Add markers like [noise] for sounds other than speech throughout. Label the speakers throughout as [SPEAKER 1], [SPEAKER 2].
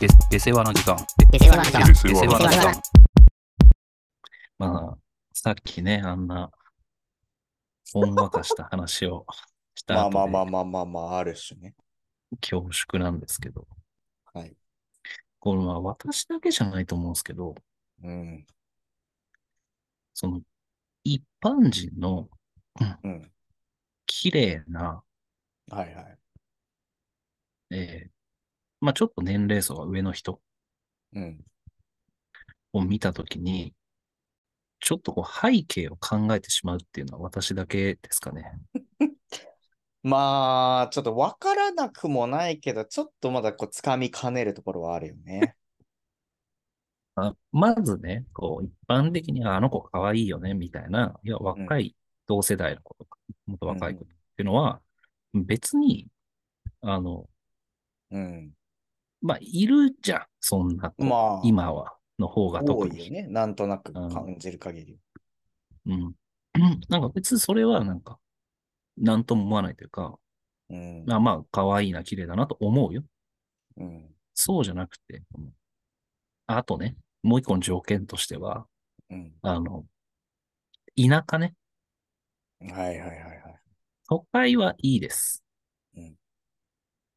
[SPEAKER 1] で、で世話の時間。
[SPEAKER 2] で世話の時間。
[SPEAKER 1] で
[SPEAKER 3] で
[SPEAKER 1] 世
[SPEAKER 3] 世
[SPEAKER 1] 話
[SPEAKER 3] 話
[SPEAKER 1] の
[SPEAKER 3] の
[SPEAKER 1] 時
[SPEAKER 2] 時
[SPEAKER 1] 間
[SPEAKER 2] 間。
[SPEAKER 3] まあ、さっきね、あんな、ほんわかした話をした
[SPEAKER 4] ま
[SPEAKER 3] 後
[SPEAKER 4] あまあまあ
[SPEAKER 3] で
[SPEAKER 4] まあまあまあ、あるしね。
[SPEAKER 3] 恐縮なんですけど、
[SPEAKER 4] はい。
[SPEAKER 3] これは私だけじゃないと思うんですけど、
[SPEAKER 4] うん。
[SPEAKER 3] その、一般人の
[SPEAKER 4] うん。
[SPEAKER 3] 綺麗な、
[SPEAKER 4] はいはい。
[SPEAKER 3] えーまあちょっと年齢層が上の人
[SPEAKER 4] うん。
[SPEAKER 3] を見たときに、ちょっとこう背景を考えてしまうっていうのは私だけですかね。
[SPEAKER 4] まあ、ちょっとわからなくもないけど、ちょっとまだこう、つかみかねるところはあるよね。
[SPEAKER 3] あまずね、こう、一般的にああの子可愛いよね、みたいな、いや、若い同世代の子とか、もっと若い子っていうのは、別に、あの、
[SPEAKER 4] うん。
[SPEAKER 3] まあ、いるじゃん、そんな子、
[SPEAKER 4] まあ
[SPEAKER 3] [laughs] 今は、の方が
[SPEAKER 4] 多
[SPEAKER 3] 特
[SPEAKER 4] いよ
[SPEAKER 3] に。
[SPEAKER 4] ね。なんとなく感じる限り。
[SPEAKER 3] うん。なんか [clears throat] 別にそれは、なんか、なんとも思わないというか、
[SPEAKER 4] うん。
[SPEAKER 3] まあまあ、可愛いな、綺麗だなと思うよ。
[SPEAKER 4] うん。
[SPEAKER 3] そうじゃなくて、うんあとね、もう一個の条件としては、
[SPEAKER 4] うん。
[SPEAKER 3] あの、田舎ね、
[SPEAKER 4] はいはいはいはい。
[SPEAKER 3] 都会はいいです。
[SPEAKER 4] うん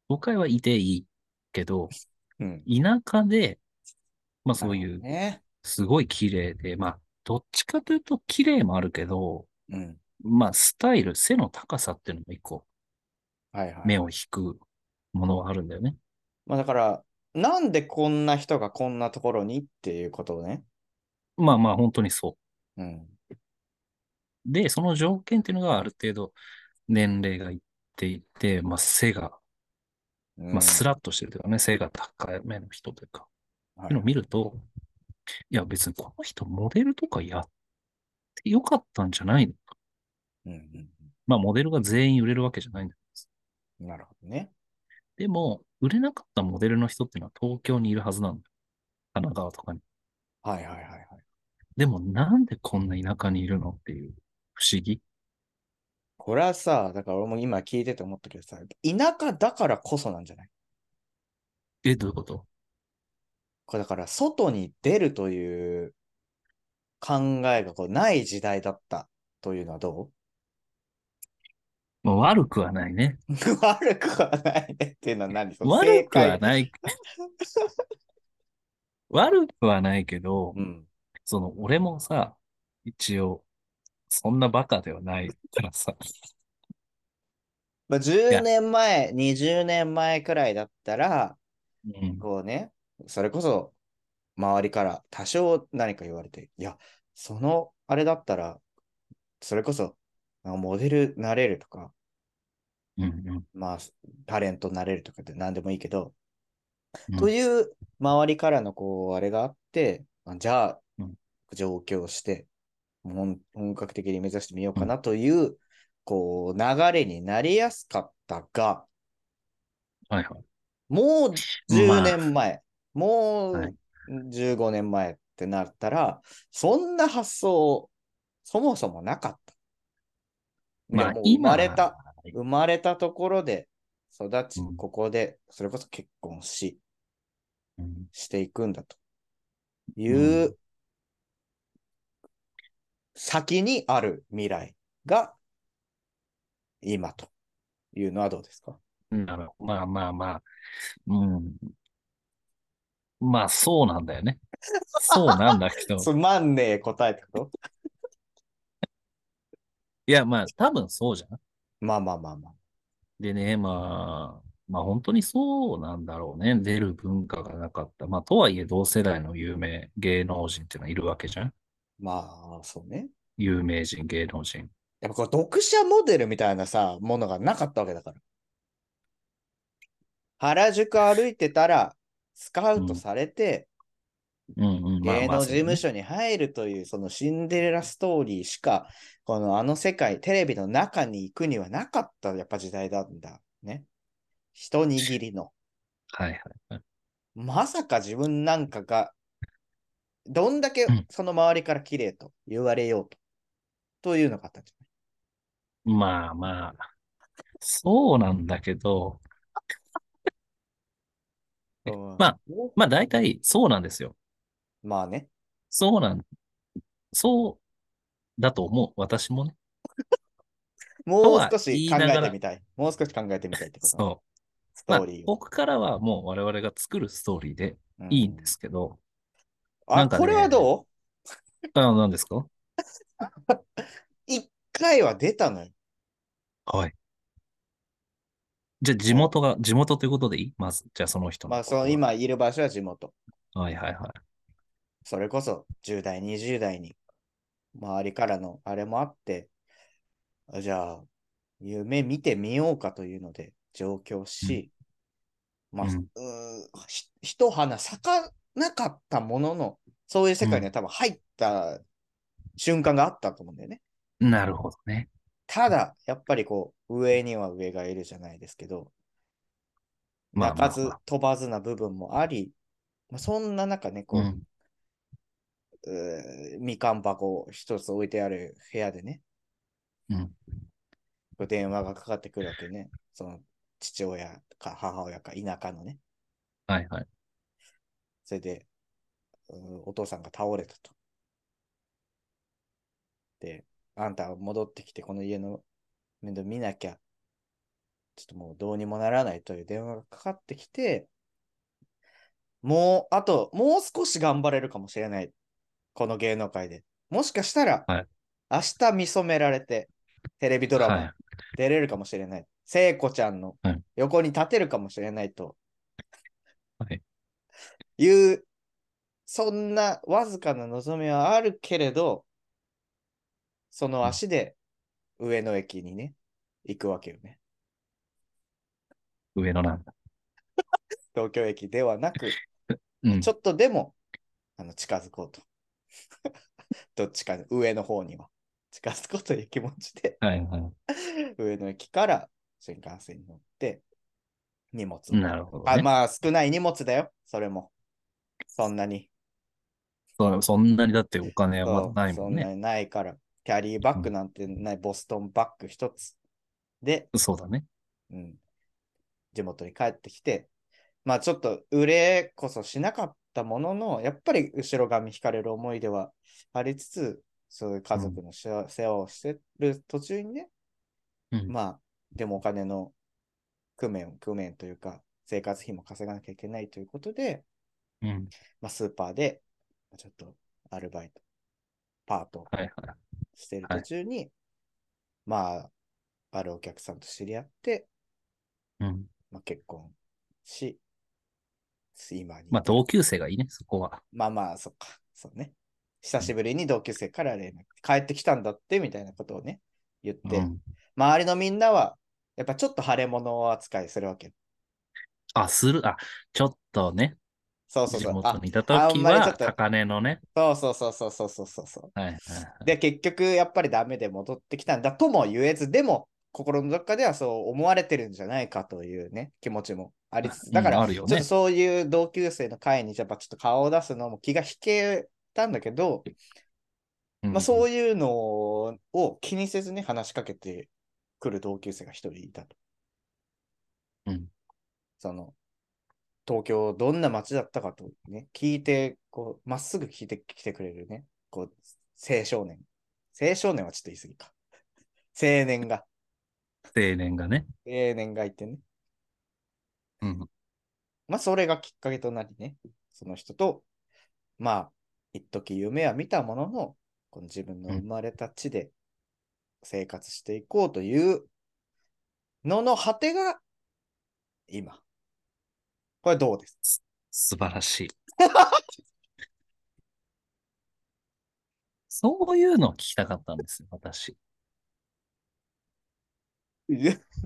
[SPEAKER 3] 都会はいていいけど、
[SPEAKER 4] うん。
[SPEAKER 3] 田舎で、まあそういう、
[SPEAKER 4] ね。
[SPEAKER 3] すごい綺麗で、まあ、どっちかというと綺麗もあるけど、
[SPEAKER 4] うん。
[SPEAKER 3] まあスタイル、背の高さっていうのも一個
[SPEAKER 4] はいはい。
[SPEAKER 3] 目を引くものはあるんだよね。
[SPEAKER 4] まあだから、なんでこんな人がこんなところにっていうことをね。
[SPEAKER 3] まあまあ本当にそ
[SPEAKER 4] うん。
[SPEAKER 3] う。で、その条件っていうのがある程度年齢がいっていて、まあ背が、まあス
[SPEAKER 4] ラ
[SPEAKER 3] ラッとしてるというかね、背が高めの人というか、
[SPEAKER 4] は
[SPEAKER 3] っていうのを見ると、いや別にこの人モデルとかやってよかったんじゃないの
[SPEAKER 4] いうん
[SPEAKER 3] まあモデルが全員売れるわけじゃないんです。
[SPEAKER 4] うん。なるほどね。
[SPEAKER 3] でも、売れなかったモデルの人っていうのは東京にいるはずなんだよ。神奈川とかに。
[SPEAKER 4] はいはいはいはい。
[SPEAKER 3] でもなんでこんな田舎にいるのっていう不思議。
[SPEAKER 4] これはさ、だから俺も今聞いてて思ったけどさ、田舎だからこそなんじゃない
[SPEAKER 3] え、どういうこと
[SPEAKER 4] これだから外に出るという考えがこうない時代だったというのはど
[SPEAKER 3] まあ悪くはないね。
[SPEAKER 4] う [laughs] 悪くはないねっていうのは何その
[SPEAKER 3] 悪く
[SPEAKER 4] 正
[SPEAKER 3] は
[SPEAKER 4] 解
[SPEAKER 3] ない。悪くはないけど、
[SPEAKER 4] うん。
[SPEAKER 3] その俺もさ、一応、そんなバカではないからさ。
[SPEAKER 4] まあ、10年前、20年前くらいだったら、
[SPEAKER 3] うん、
[SPEAKER 4] こうね、それこそ周りから多少何か言われて、いや、そのあれだったら、それこそなんかモデルなれるとか、
[SPEAKER 3] うん、
[SPEAKER 4] まあ、タレントになれるとかって何でもいいけど、
[SPEAKER 3] うん
[SPEAKER 4] という周りからのこう、あれがあって、あじゃあ
[SPEAKER 3] うん、
[SPEAKER 4] 上京して、もう本格的に目指してみようかなという、こう、流れになりやすかったが、
[SPEAKER 3] はいはい。
[SPEAKER 4] もう
[SPEAKER 3] まあ
[SPEAKER 4] 10年前、も
[SPEAKER 3] は
[SPEAKER 4] う
[SPEAKER 3] い
[SPEAKER 4] 15年前ってなったら、そんな発想、そもそもなかった。で
[SPEAKER 3] まあ
[SPEAKER 4] もう生
[SPEAKER 3] 今
[SPEAKER 4] まれた、
[SPEAKER 3] はい
[SPEAKER 4] 生まれたところで育ち、
[SPEAKER 3] うん
[SPEAKER 4] ここで、それこそ結婚し、
[SPEAKER 3] うん
[SPEAKER 4] していくんだというう先にある未来が今というのはどうですか
[SPEAKER 3] なるほどまあまあまあ。うん。まあそうなんだよね。そうなんだ
[SPEAKER 4] [laughs]
[SPEAKER 3] けど。
[SPEAKER 4] つまんねえ答えってこと
[SPEAKER 3] いやまあ多分そうじゃん。
[SPEAKER 4] まあまあまあまあ。
[SPEAKER 3] でね、まあ、まあ本当にそうなんだろうね。出る文化がなかった。まあとはいえ同世代の有名芸能人っていうのはいるわけじゃん。
[SPEAKER 4] まあ、そうね。
[SPEAKER 3] 有名人、芸能人。
[SPEAKER 4] やっぱこう、読者モデルみたいなさ、ものがなかったわけだから。原宿歩いてたら、スカウトされて、
[SPEAKER 3] うんうん。まあ
[SPEAKER 4] 芸
[SPEAKER 3] まあ
[SPEAKER 4] 能
[SPEAKER 3] そ
[SPEAKER 4] 事
[SPEAKER 3] うね
[SPEAKER 4] 務所に入るという、そのシンデレラストーリーしか、このあの世界、テレビの中に行くにはなかった、やっぱ時代なんだ。ね。一握りの。
[SPEAKER 3] はいはいはい。
[SPEAKER 4] まさか自分なんかが、どんだけ
[SPEAKER 3] うん
[SPEAKER 4] その周りから綺麗と言われようと。というのがあったんじ
[SPEAKER 3] まあまあ、そうなんだけど、
[SPEAKER 4] うん
[SPEAKER 3] まあ、まあ大体そうなんですよ。
[SPEAKER 4] まあね。
[SPEAKER 3] そうなん、そうだと思う。私もね。
[SPEAKER 4] もう
[SPEAKER 3] は
[SPEAKER 4] 少し考
[SPEAKER 3] 言いな
[SPEAKER 4] え
[SPEAKER 3] が
[SPEAKER 4] て
[SPEAKER 3] ら
[SPEAKER 4] みたい。もう少し考えてみたいってことね。
[SPEAKER 3] そ
[SPEAKER 4] ス
[SPEAKER 3] う。
[SPEAKER 4] ト
[SPEAKER 3] まあ
[SPEAKER 4] ーリ、ーを。
[SPEAKER 3] ここからはもう我々が作るストーリーで
[SPEAKER 4] う
[SPEAKER 3] いいんで。すけど、な
[SPEAKER 4] あ、
[SPEAKER 3] んかね
[SPEAKER 4] これはど
[SPEAKER 3] あ、何ですか
[SPEAKER 4] う一回は出たのよ。
[SPEAKER 3] はい。じゃあ地元が、地元ということでいいまず、じゃあその人の
[SPEAKER 4] まあ、その今いる場所は地元。
[SPEAKER 3] はいはいはい。
[SPEAKER 4] それこそ10代、20代に周りからのあれもあって、あじゃあ、夢見てみようかというので上京し、まあ、
[SPEAKER 3] うん
[SPEAKER 4] うーひ一花咲かなかったものの、そういう世界には多分入った瞬間があったと思うんだよね。
[SPEAKER 3] なるほどね。
[SPEAKER 4] ただ、やっぱりこう、上には上がいるじゃないですけど、
[SPEAKER 3] まあ
[SPEAKER 4] 鳴
[SPEAKER 3] まあ
[SPEAKER 4] かず飛ばずな部分もあり、まあ、そんな中ね、こう、
[SPEAKER 3] うん。
[SPEAKER 4] うーみかん箱を一つ置いてある部屋でね、
[SPEAKER 3] うん。
[SPEAKER 4] こう電話がかかってくるわけね。その父親か母親か田舎のね。
[SPEAKER 3] はいはい。
[SPEAKER 4] それで、うんお父さんが倒れたと。で、あんたは戻ってきてこの家の面倒見なきゃ、ちょっともうどうにもならないという電話がかかってきて、もう、あと、もう少し頑張れるかもしれない。この芸能界で。もしかしたら、
[SPEAKER 3] はい
[SPEAKER 4] 明日見初められて、テレビドラマ、
[SPEAKER 3] はい
[SPEAKER 4] 出れるかもしれない。聖子ちゃんの
[SPEAKER 3] はい
[SPEAKER 4] 横に立てるかもしれないと。
[SPEAKER 3] はい。
[SPEAKER 4] いう、そんなわずかな望みはあるけれど、その足で上野駅にね、行くわけよね。
[SPEAKER 3] 上野なんだ。
[SPEAKER 4] 東京駅ではなく、
[SPEAKER 3] うん
[SPEAKER 4] ち。ょっとでも、あの、近づこうと。 [laughs] どっちかの上の方には。近づこうという気持ちで、
[SPEAKER 3] はいは
[SPEAKER 4] 上野駅から新幹線に乗って、荷物を
[SPEAKER 3] い。なるほど
[SPEAKER 4] あ
[SPEAKER 3] ね。
[SPEAKER 4] まあ、少ない荷物だよ、それも。そんなに。
[SPEAKER 3] そうそんなにだってお金はま
[SPEAKER 4] そう
[SPEAKER 3] だないもん
[SPEAKER 4] そん
[SPEAKER 3] ね。
[SPEAKER 4] なにないから。キャリーバッグなんてない、ボストンバッグ一つ。で、
[SPEAKER 3] そうだね。
[SPEAKER 4] うん、地元に帰ってきて、まあちょっと売れこそしなかったものの、やっぱり後ろ髪引かれる思いではありつつ、そういう家族のしわ世話をしてる途中にね、
[SPEAKER 3] うん
[SPEAKER 4] まあ、でもお金の工面、工面というか、生活費も稼がなきゃいけないということで、
[SPEAKER 3] うん。
[SPEAKER 4] まあ、スーパーで、ちょっとアルバイト、パートを
[SPEAKER 3] はいはい。
[SPEAKER 4] してる
[SPEAKER 3] は
[SPEAKER 4] 途
[SPEAKER 3] い
[SPEAKER 4] 中に、まあ、あるお客さんと知り合って、
[SPEAKER 3] うん。
[SPEAKER 4] まあ、結婚し、今に。
[SPEAKER 3] まあ同級生がいいね、そこは。
[SPEAKER 4] まあまあ、そっか、そうね。久しぶりに同級生から連絡、帰ってきたんだって、みたいなことをね、言っ
[SPEAKER 3] う
[SPEAKER 4] て、
[SPEAKER 3] ん。
[SPEAKER 4] 周りのみんなは、やっぱちょっと腫れ物扱いするわけ。
[SPEAKER 3] あ、する、あ、ちょっとね、
[SPEAKER 4] そうそう
[SPEAKER 3] 地
[SPEAKER 4] そう。
[SPEAKER 3] 元
[SPEAKER 4] あ
[SPEAKER 3] にいた
[SPEAKER 4] あん
[SPEAKER 3] 時
[SPEAKER 4] まりちょ
[SPEAKER 3] は
[SPEAKER 4] っと
[SPEAKER 3] 高値のね。
[SPEAKER 4] そうそうそうそうそうそうそう。
[SPEAKER 3] はいはいはい。
[SPEAKER 4] で、結局、やっぱりダメで戻ってきたんだとも言えず、でも、心のどっかではそう思われてるんじゃないかというね、気持ちもありつつ、だから、
[SPEAKER 3] うんあるよ
[SPEAKER 4] ちょ
[SPEAKER 3] ね
[SPEAKER 4] っと。そういう同級生の会に、やっぱちょっと顔を出すのも気が引けたんだけど、まあ、そうういうのを気にせずね、話しかけてくる同級生が一人いたと。
[SPEAKER 3] うん
[SPEAKER 4] その、東京どんな街だったかとね、聞いて、こう、まっすぐ聞いてきてくれるね、こう、青少年。青少年はちょっと言い過ぎか。青年が、
[SPEAKER 3] ん。青年がね。
[SPEAKER 4] 青年がいてね。
[SPEAKER 3] うん。
[SPEAKER 4] まあ、それがきっかけとなりね、その人と、まあ、一時夢は見たものの、この自分の
[SPEAKER 3] うん
[SPEAKER 4] 生まれた地で生活していこうというのの果てが、今。これどうです [laughs]
[SPEAKER 3] 素晴らしい。そういうのを聞きたかったんですよ、私。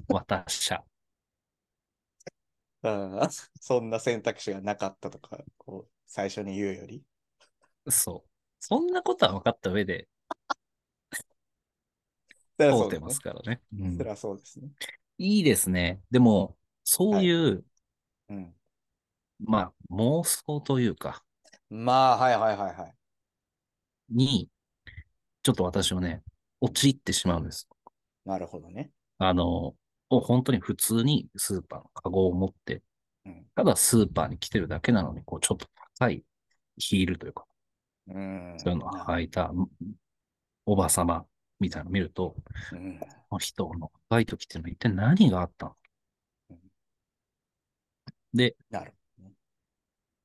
[SPEAKER 3] 私は。
[SPEAKER 4] うんそんな選択肢がなかったとか、こう、最初に言うより。
[SPEAKER 3] そう。そんなことは分かった上で、
[SPEAKER 4] そりゃ
[SPEAKER 3] 通
[SPEAKER 4] そう
[SPEAKER 3] っ
[SPEAKER 4] だ
[SPEAKER 3] て
[SPEAKER 4] よ
[SPEAKER 3] ま
[SPEAKER 4] ね
[SPEAKER 3] すからね。う
[SPEAKER 4] そ
[SPEAKER 3] ん
[SPEAKER 4] りゃそうですね。
[SPEAKER 3] いいですね。でも、そういう、
[SPEAKER 4] うん。
[SPEAKER 3] まあ、妄想というか、
[SPEAKER 4] まあ、はいはいはいはい。
[SPEAKER 3] に、ちょっと私はね、陥ってしまうんです。
[SPEAKER 4] なるほどね。
[SPEAKER 3] あの、もう本当に普通にスーパーのカゴを持って、
[SPEAKER 4] うん
[SPEAKER 3] ただスーパーに来てるだけなのに、こう、ちょっと高いヒールというか、
[SPEAKER 4] うん。
[SPEAKER 3] そういうのを履いたおばさまみたいなのを見ると、
[SPEAKER 4] うん
[SPEAKER 3] この人の若い時っていうのは一体何があったの
[SPEAKER 4] うん
[SPEAKER 3] で、
[SPEAKER 4] なる。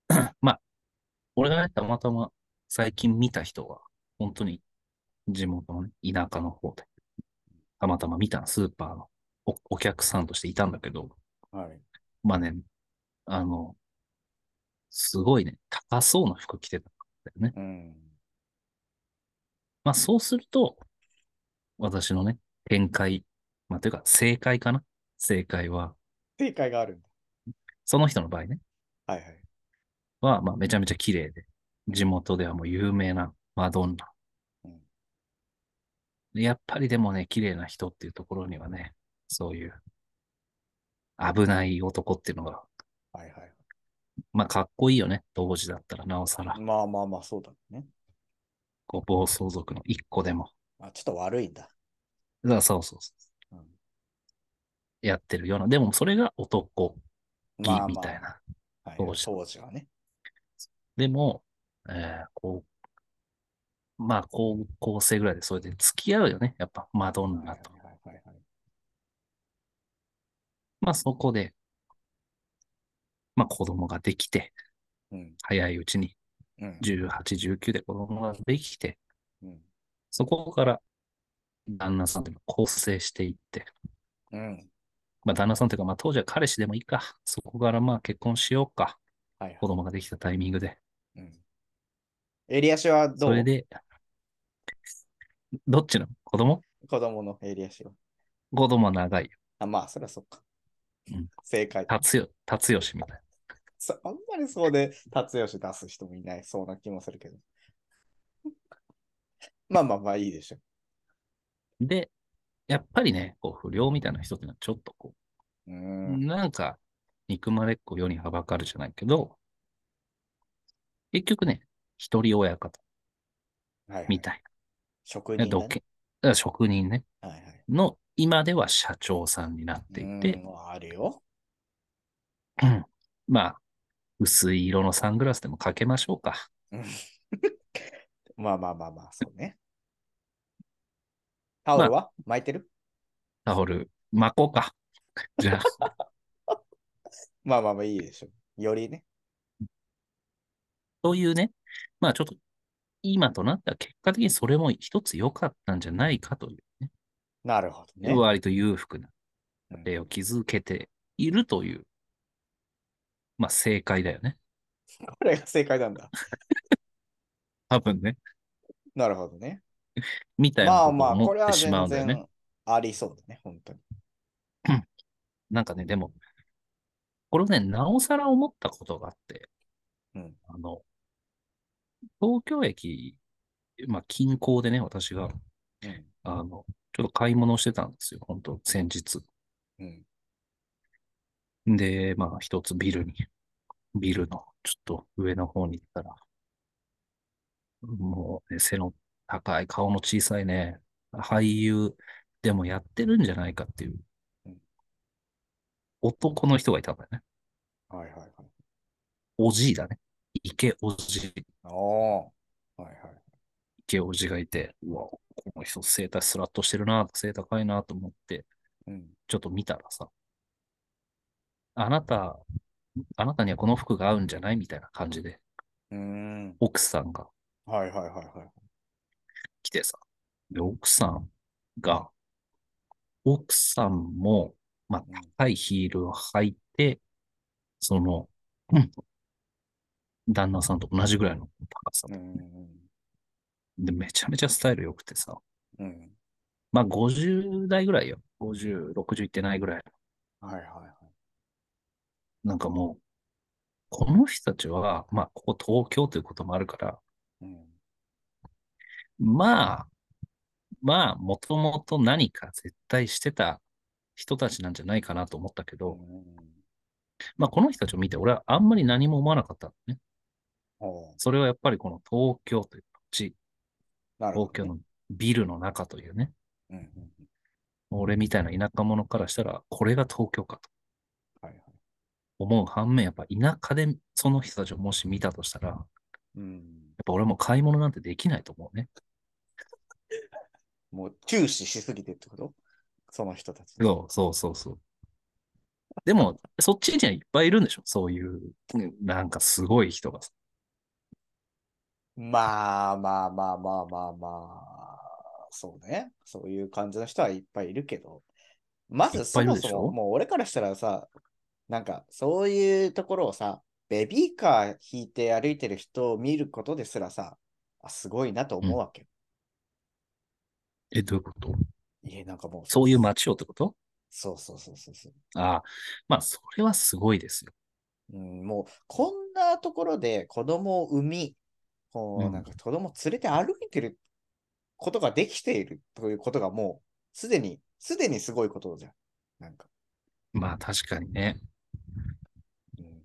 [SPEAKER 3] [clears throat] 俺がね、たまたま最近見た人が、本当に地元のね、田舎の方で、たまたま見たスーパーのおお客さんとしていたんだけど、
[SPEAKER 4] はい。
[SPEAKER 3] まあね、あの、すごいね、高そうな服着てたんだよね。
[SPEAKER 4] うん。
[SPEAKER 3] まあそうすると、私のね、見解、まあというか正解かな正解は、
[SPEAKER 4] 正解があるんだ。
[SPEAKER 3] その人の場合ね、
[SPEAKER 4] はいはい。
[SPEAKER 3] は、まあ、めちゃめちゃ綺麗で、地元ではもう有名なマドンナ
[SPEAKER 4] うん。
[SPEAKER 3] でやっぱりでもね、綺麗な人っていうところにはね、そういう危ない男っていうのが、
[SPEAKER 4] はいはい。
[SPEAKER 3] まあ、かっこいいよね。当時だったら、なおさら、
[SPEAKER 4] まあまあまあ、そうだね。
[SPEAKER 3] こう暴走族の一個でも。
[SPEAKER 4] あ、ちょっと悪いんだ。
[SPEAKER 3] だからそうそうそうう。やってるような。でも、それが男
[SPEAKER 4] ん、
[SPEAKER 3] 気
[SPEAKER 4] まあ
[SPEAKER 3] み
[SPEAKER 4] ま
[SPEAKER 3] たいな。
[SPEAKER 4] あ、はい、
[SPEAKER 3] 当時
[SPEAKER 4] 当時はね。
[SPEAKER 3] でも、えーこう、まあ、高校生ぐらいで、それで付き合うよね。やっぱ、マド
[SPEAKER 4] はい
[SPEAKER 3] ン
[SPEAKER 4] は
[SPEAKER 3] ナ
[SPEAKER 4] い
[SPEAKER 3] と。
[SPEAKER 4] はいはい。
[SPEAKER 3] まあそこで、まあ子供ができて、
[SPEAKER 4] うん。
[SPEAKER 3] 早いうちに
[SPEAKER 4] うん。
[SPEAKER 3] 18、19で子供ができて、
[SPEAKER 4] うん。
[SPEAKER 3] そこから旦那さんというか構成していって、
[SPEAKER 4] うん。
[SPEAKER 3] まあ旦那さんというかまあ当時は彼氏でもいいか、そこからまあ結婚しようか、
[SPEAKER 4] はいはい
[SPEAKER 3] 子。供ができたタイミングで。
[SPEAKER 4] うん。襟足はど
[SPEAKER 3] そうれで、どっちの子供
[SPEAKER 4] 子供の襟足は。
[SPEAKER 3] 子供は長いよ。
[SPEAKER 4] あ、まあ、そりゃそっか。
[SPEAKER 3] うん
[SPEAKER 4] 正解。
[SPEAKER 3] 達よ、達吉みたいな。
[SPEAKER 4] そあんまりそうで、達吉出す人もいないそうな気もするけ
[SPEAKER 3] [laughs]
[SPEAKER 4] ど。まあまあまあ、いいでしょ。
[SPEAKER 3] で、やっぱりね、こう不良みたいな人っていうのはちょっとこう、
[SPEAKER 4] うーん。
[SPEAKER 3] なんか、憎まれっ子世にはばかるじゃないけど、結局ね、一人親方
[SPEAKER 4] はい、はい。
[SPEAKER 3] みたい
[SPEAKER 4] 職
[SPEAKER 3] な、
[SPEAKER 4] 人だ、
[SPEAKER 3] ど
[SPEAKER 4] ね。
[SPEAKER 3] け、だから職人ね、
[SPEAKER 4] はいはい。
[SPEAKER 3] の今では社長さんになっていて、
[SPEAKER 4] うんあるよ。
[SPEAKER 3] うんまあ、薄い色のサングラスでもかけましょうか。
[SPEAKER 4] うんまあまあまあまあ、そうね。タオルは巻いてる
[SPEAKER 3] タオル、巻こうか。 [laughs] じゃあ、
[SPEAKER 4] まあまあまあいいでしょ。よりね。
[SPEAKER 3] そういうね、まあちょっと、今となったら結果的にそれも一つ良かったんじゃないかという
[SPEAKER 4] なるほどね。
[SPEAKER 3] 割と裕福な
[SPEAKER 4] うん
[SPEAKER 3] 例を築けているという、まあ正解だよね。
[SPEAKER 4] これが正解なんだ。
[SPEAKER 3] 多分ね。
[SPEAKER 4] なるほどね。
[SPEAKER 3] みたいな
[SPEAKER 4] ま
[SPEAKER 3] こ
[SPEAKER 4] あ
[SPEAKER 3] とを
[SPEAKER 4] まあ、これ
[SPEAKER 3] 思っ
[SPEAKER 4] は
[SPEAKER 3] てしま
[SPEAKER 4] 全
[SPEAKER 3] うんだよね。
[SPEAKER 4] 然ありそうだね、本当に。
[SPEAKER 3] なんかね、でも、これをね、なおさら思ったことがあって、
[SPEAKER 4] うん
[SPEAKER 3] あの、東京駅、まあ近郊でね、私が、
[SPEAKER 4] うん
[SPEAKER 3] あの、ちょっと買い物をしてたんですよ、本当先日。
[SPEAKER 4] うん。
[SPEAKER 3] で、まあ、一つビルに、ビルのちょっと上の方に行ったら、もうね、背の高い、顔の小さいね、俳優でもやってるんじゃないかっていう
[SPEAKER 4] うん、
[SPEAKER 3] 男の人がいたんだよね。
[SPEAKER 4] はいはいはい。
[SPEAKER 3] おじいだね。池おじい、
[SPEAKER 4] おー。はいはい。
[SPEAKER 3] 池おじがいて、うわ、この人背高いスラッとしてるな、背高いなと思って、
[SPEAKER 4] うん。
[SPEAKER 3] ちょっと見たらさ、あなた、あなたにはこの服が合うんじゃないみたいな感じで、
[SPEAKER 4] うーん。
[SPEAKER 3] 奥さんが
[SPEAKER 4] はいはいはいはい。
[SPEAKER 3] 来てさ。で、奥さんが、奥さんも、まあ
[SPEAKER 4] うん、
[SPEAKER 3] 高いヒールを履いて、その、うん旦那さんと同じぐらいの高さ
[SPEAKER 4] う。ん。
[SPEAKER 3] で、めちゃめちゃスタイル良くてさ。
[SPEAKER 4] うん。
[SPEAKER 3] まあ、50代ぐらいよ。50、60いってないぐらい。
[SPEAKER 4] はいはいはい。
[SPEAKER 3] なんかもう、この人たちは、まあ、ここ東京ということもあるから、
[SPEAKER 4] うん。
[SPEAKER 3] まあ、まあ、もともと何か絶対してた人たちなんじゃないかなと思ったけど、
[SPEAKER 4] うん
[SPEAKER 3] まあ、この人たちを見て、俺はあんまり何も思わなかったのね。
[SPEAKER 4] おー
[SPEAKER 3] それはやっぱりこの東京という地、
[SPEAKER 4] なるほ
[SPEAKER 3] 東京
[SPEAKER 4] どね。
[SPEAKER 3] のビルの中というね、
[SPEAKER 4] うんうんうん。
[SPEAKER 3] 俺みたいな田舎者からしたら、これが東京かと
[SPEAKER 4] はいはい。
[SPEAKER 3] 思う反面、やっぱ田舎でその人たちをもし見たとしたら、やっ
[SPEAKER 4] うん。
[SPEAKER 3] ぱ俺も買い物なんてできないと思うね。
[SPEAKER 4] もう注視しすぎてってことその人たち。
[SPEAKER 3] そうそうそうそう。でも、そっちにはいっぱいいるんでしょそういう、なんかすごい人がさ。
[SPEAKER 4] まあまあまあまあまあまあ、そうね。そういう感じの人はいっぱいいるけど、まずそも
[SPEAKER 3] いっぱいいるで
[SPEAKER 4] そ
[SPEAKER 3] し
[SPEAKER 4] も、
[SPEAKER 3] ょ
[SPEAKER 4] もう俺からしたらさ、なんかそういうところをさ、ベビーカー引いて歩いてる人を見ることですらさ、あすごいなと思うわけよ。
[SPEAKER 3] え、どういうこと
[SPEAKER 4] いや、なんかもう、
[SPEAKER 3] そういう街をってこと
[SPEAKER 4] そうそうそうそうそう。
[SPEAKER 3] ああ、まあ、それはすごいですよ。
[SPEAKER 4] うん、もう、こんなところで子供を産み、こ
[SPEAKER 3] う
[SPEAKER 4] う、
[SPEAKER 3] ん
[SPEAKER 4] なんか子供連れて歩いてることができているということがもう、すでに、すでにすごいことじゃん。なんか。
[SPEAKER 3] まあ、確かにね。
[SPEAKER 4] うん、